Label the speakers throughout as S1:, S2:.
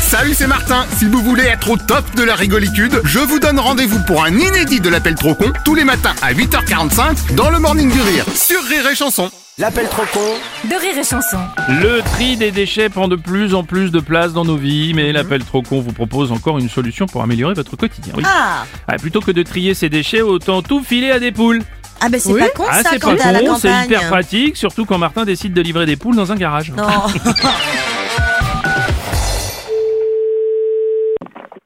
S1: Salut, c'est Martin. Si vous voulez être au top de la rigolitude, je vous donne rendez-vous pour un inédit de l'appel trop con tous les matins à 8h45 dans le Morning du Rire sur Rire et Chanson.
S2: L'appel trop con
S3: de rire et chanson.
S4: Le tri des déchets prend de plus en plus de place dans nos vies,
S3: Mhm.
S4: mais l'appel trop con vous propose encore une solution pour améliorer votre quotidien. oui.
S3: Ah,
S4: Ah, plutôt que de trier ces déchets, autant tout filer à des poules.
S3: ah ben c'est
S5: Oui.
S3: pas con
S4: ah,
S3: ça
S4: c'est
S3: quand
S4: pas
S3: t'es à la
S4: con, c'est
S3: campagne.
S4: hyper pratique, surtout quand Martin décide de livrer des poules dans un garage.
S3: non.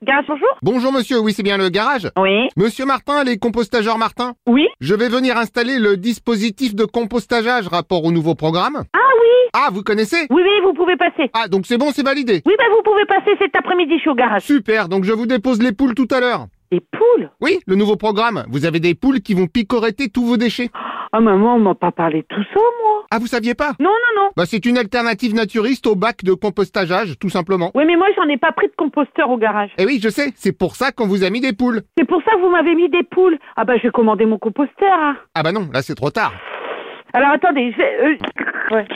S6: Garage, bonjour
S1: Bonjour monsieur, oui c'est bien le garage
S6: Oui.
S1: Monsieur Martin, les compostageurs Martin
S6: Oui
S1: Je vais venir installer le dispositif de compostageage rapport au nouveau programme.
S6: Ah oui
S1: Ah, vous connaissez
S6: Oui, oui, vous pouvez passer.
S1: Ah, donc c'est bon, c'est validé.
S6: Oui, bah vous pouvez passer cet après-midi, je suis au garage.
S1: Super, donc je vous dépose les poules tout à l'heure.
S6: Des poules
S1: Oui, le nouveau programme. Vous avez des poules qui vont picoretter tous vos déchets.
S6: Ah maman, on m'a pas parlé de tout ça, moi.
S1: Ah, vous saviez pas
S6: Non, non, non.
S1: Bah, c'est une alternative naturiste au bac de compostageage, tout simplement.
S6: Oui, mais moi, j'en ai pas pris de composteur au garage.
S1: Eh oui, je sais, c'est pour ça qu'on vous a mis des poules.
S6: C'est pour ça que vous m'avez mis des poules. Ah bah, j'ai commandé mon composteur, hein.
S1: Ah bah non, là c'est trop tard.
S6: Alors attendez, je vais... euh, ouais.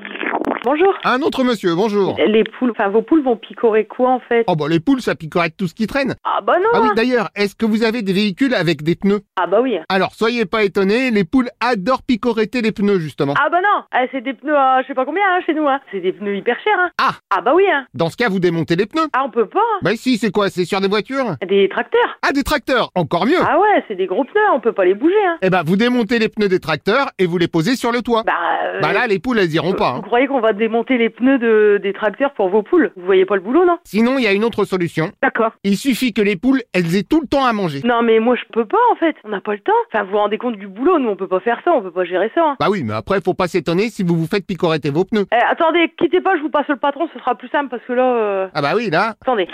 S6: Bonjour.
S1: Un autre monsieur, bonjour.
S6: Les poules, enfin, vos poules vont picorer quoi, en fait
S1: Oh bah les poules, ça picorette tout ce qui traîne.
S6: Ah bah non
S1: Ah oui,
S6: hein.
S1: d'ailleurs, est-ce que vous avez des véhicules avec des pneus
S6: Ah bah oui.
S1: Alors, soyez pas étonnés, les poules adorent picoretter les pneus, justement.
S6: Ah bah non Ah, C'est des pneus, à je sais pas combien, hein, chez nous, hein. C'est des pneus hyper chers, hein.
S1: Ah.
S6: Ah bah oui, hein.
S1: Dans ce cas, vous démontez les pneus.
S6: Ah, on peut pas, hein.
S1: Bah si, c'est quoi C'est sur des voitures
S6: Des tracteurs
S1: Ah, des tracteurs Encore mieux
S6: Ah ouais, c'est des gros pneus, on peut pas les bouger, hein.
S1: Eh bah, vous démontez les pneus des tracteurs et vous les posez sur le toit.
S6: Bah, euh,
S1: Bah là, les poules, elles iront pas. hein.
S6: Vous croyez qu'on va démonter les pneus de, des tracteurs pour vos poules Vous voyez pas le boulot, non
S1: Sinon, il y a une autre solution.
S6: D'accord.
S1: Il suffit que les poules, elles aient tout le temps à manger.
S6: Non, mais moi, je peux pas, en fait. On n'a pas le temps. Enfin, vous vous rendez compte du boulot Nous, on peut pas faire ça, on peut pas gérer ça. hein.
S1: Bah oui, mais après, faut pas s'étonner si vous vous faites picoretter vos pneus.
S6: Eh, attendez, quittez pas, je vous passe le patron, ce sera plus simple, parce que là... euh,
S1: Ah bah oui, là.
S6: Attendez.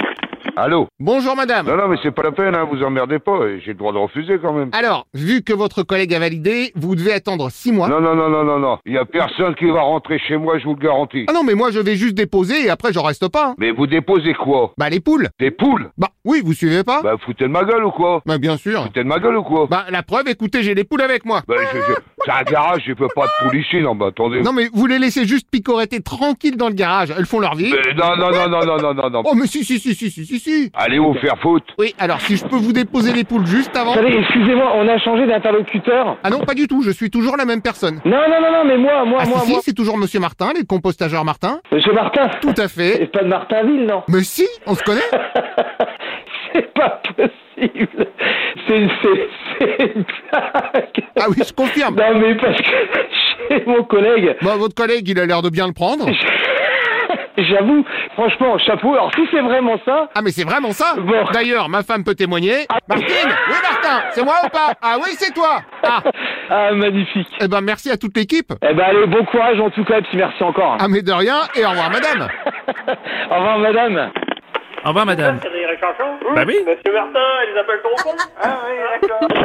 S7: Allô
S1: Bonjour madame.
S7: Non, non, mais c'est pas la peine, hein, vous emmerdez pas, euh, j'ai le droit de refuser quand même.
S1: Alors, vu que votre collègue a validé, vous devez attendre six mois.
S7: Non, non, non, non, non, non, il y a personne qui va rentrer chez moi, je vous le garantis.
S1: Ah non, mais moi je vais juste déposer et après je reste pas. hein.
S7: Mais vous déposez quoi
S1: Bah les poules.
S7: Des poules
S1: Bah oui, vous suivez pas
S7: Bah foutez de ma gueule ou quoi
S1: Bah bien sûr.
S7: Foutez de ma gueule ou quoi
S1: Bah la preuve, écoutez, j'ai les poules avec moi.
S7: Bah je, je... c'est un garage, je peux pas de poules ici, non, bah attendez.
S1: Non mais vous les laissez juste picoretter tranquille dans le garage, elles font leur vie.
S7: Mais non, non, non, non, non, non, non, non.
S1: Oh mais si si si si si si si.
S7: Allez vous faire faute.
S1: Oui, alors si je peux vous déposer les poules juste avant.
S8: Attendez, excusez-moi, on a changé d'interlocuteur.
S1: Ah non, pas du tout, je suis toujours la même personne.
S8: Non, non, non, non, mais moi, moi,
S1: Ah si
S8: moi,
S1: si,
S8: moi.
S1: c'est toujours monsieur Martin, les compostageurs Martin.
S8: Monsieur Martin.
S1: Tout à fait.
S8: C'est pas de Martinville, non.
S1: Mais si, on se connaît
S8: C'est pas possible. C'est, c'est, c'est une blague.
S1: Ah oui, je confirme.
S8: Non, mais parce que chez mon collègue,
S1: Bah, votre collègue, il a l'air de bien le prendre.
S8: j'avoue, franchement, chapeau. Alors, si c'est vraiment ça,
S1: Ah, mais c'est vraiment ça
S8: Bon.
S1: D'ailleurs, ma femme peut témoigner. Martine Oui, Martin C'est moi ou pas Ah oui, c'est toi Ah
S8: ah, magnifique.
S1: Eh ben, merci à toute l'équipe.
S8: Eh ben, allez, bon courage en tout cas, puis merci encore.
S1: Ah, mais de rien, et au revoir, madame Ah.
S8: Au revoir, madame.
S4: Au revoir, madame. Bah oui.
S9: Monsieur Martin, ils appellent ton con. Ah oui, d'accord.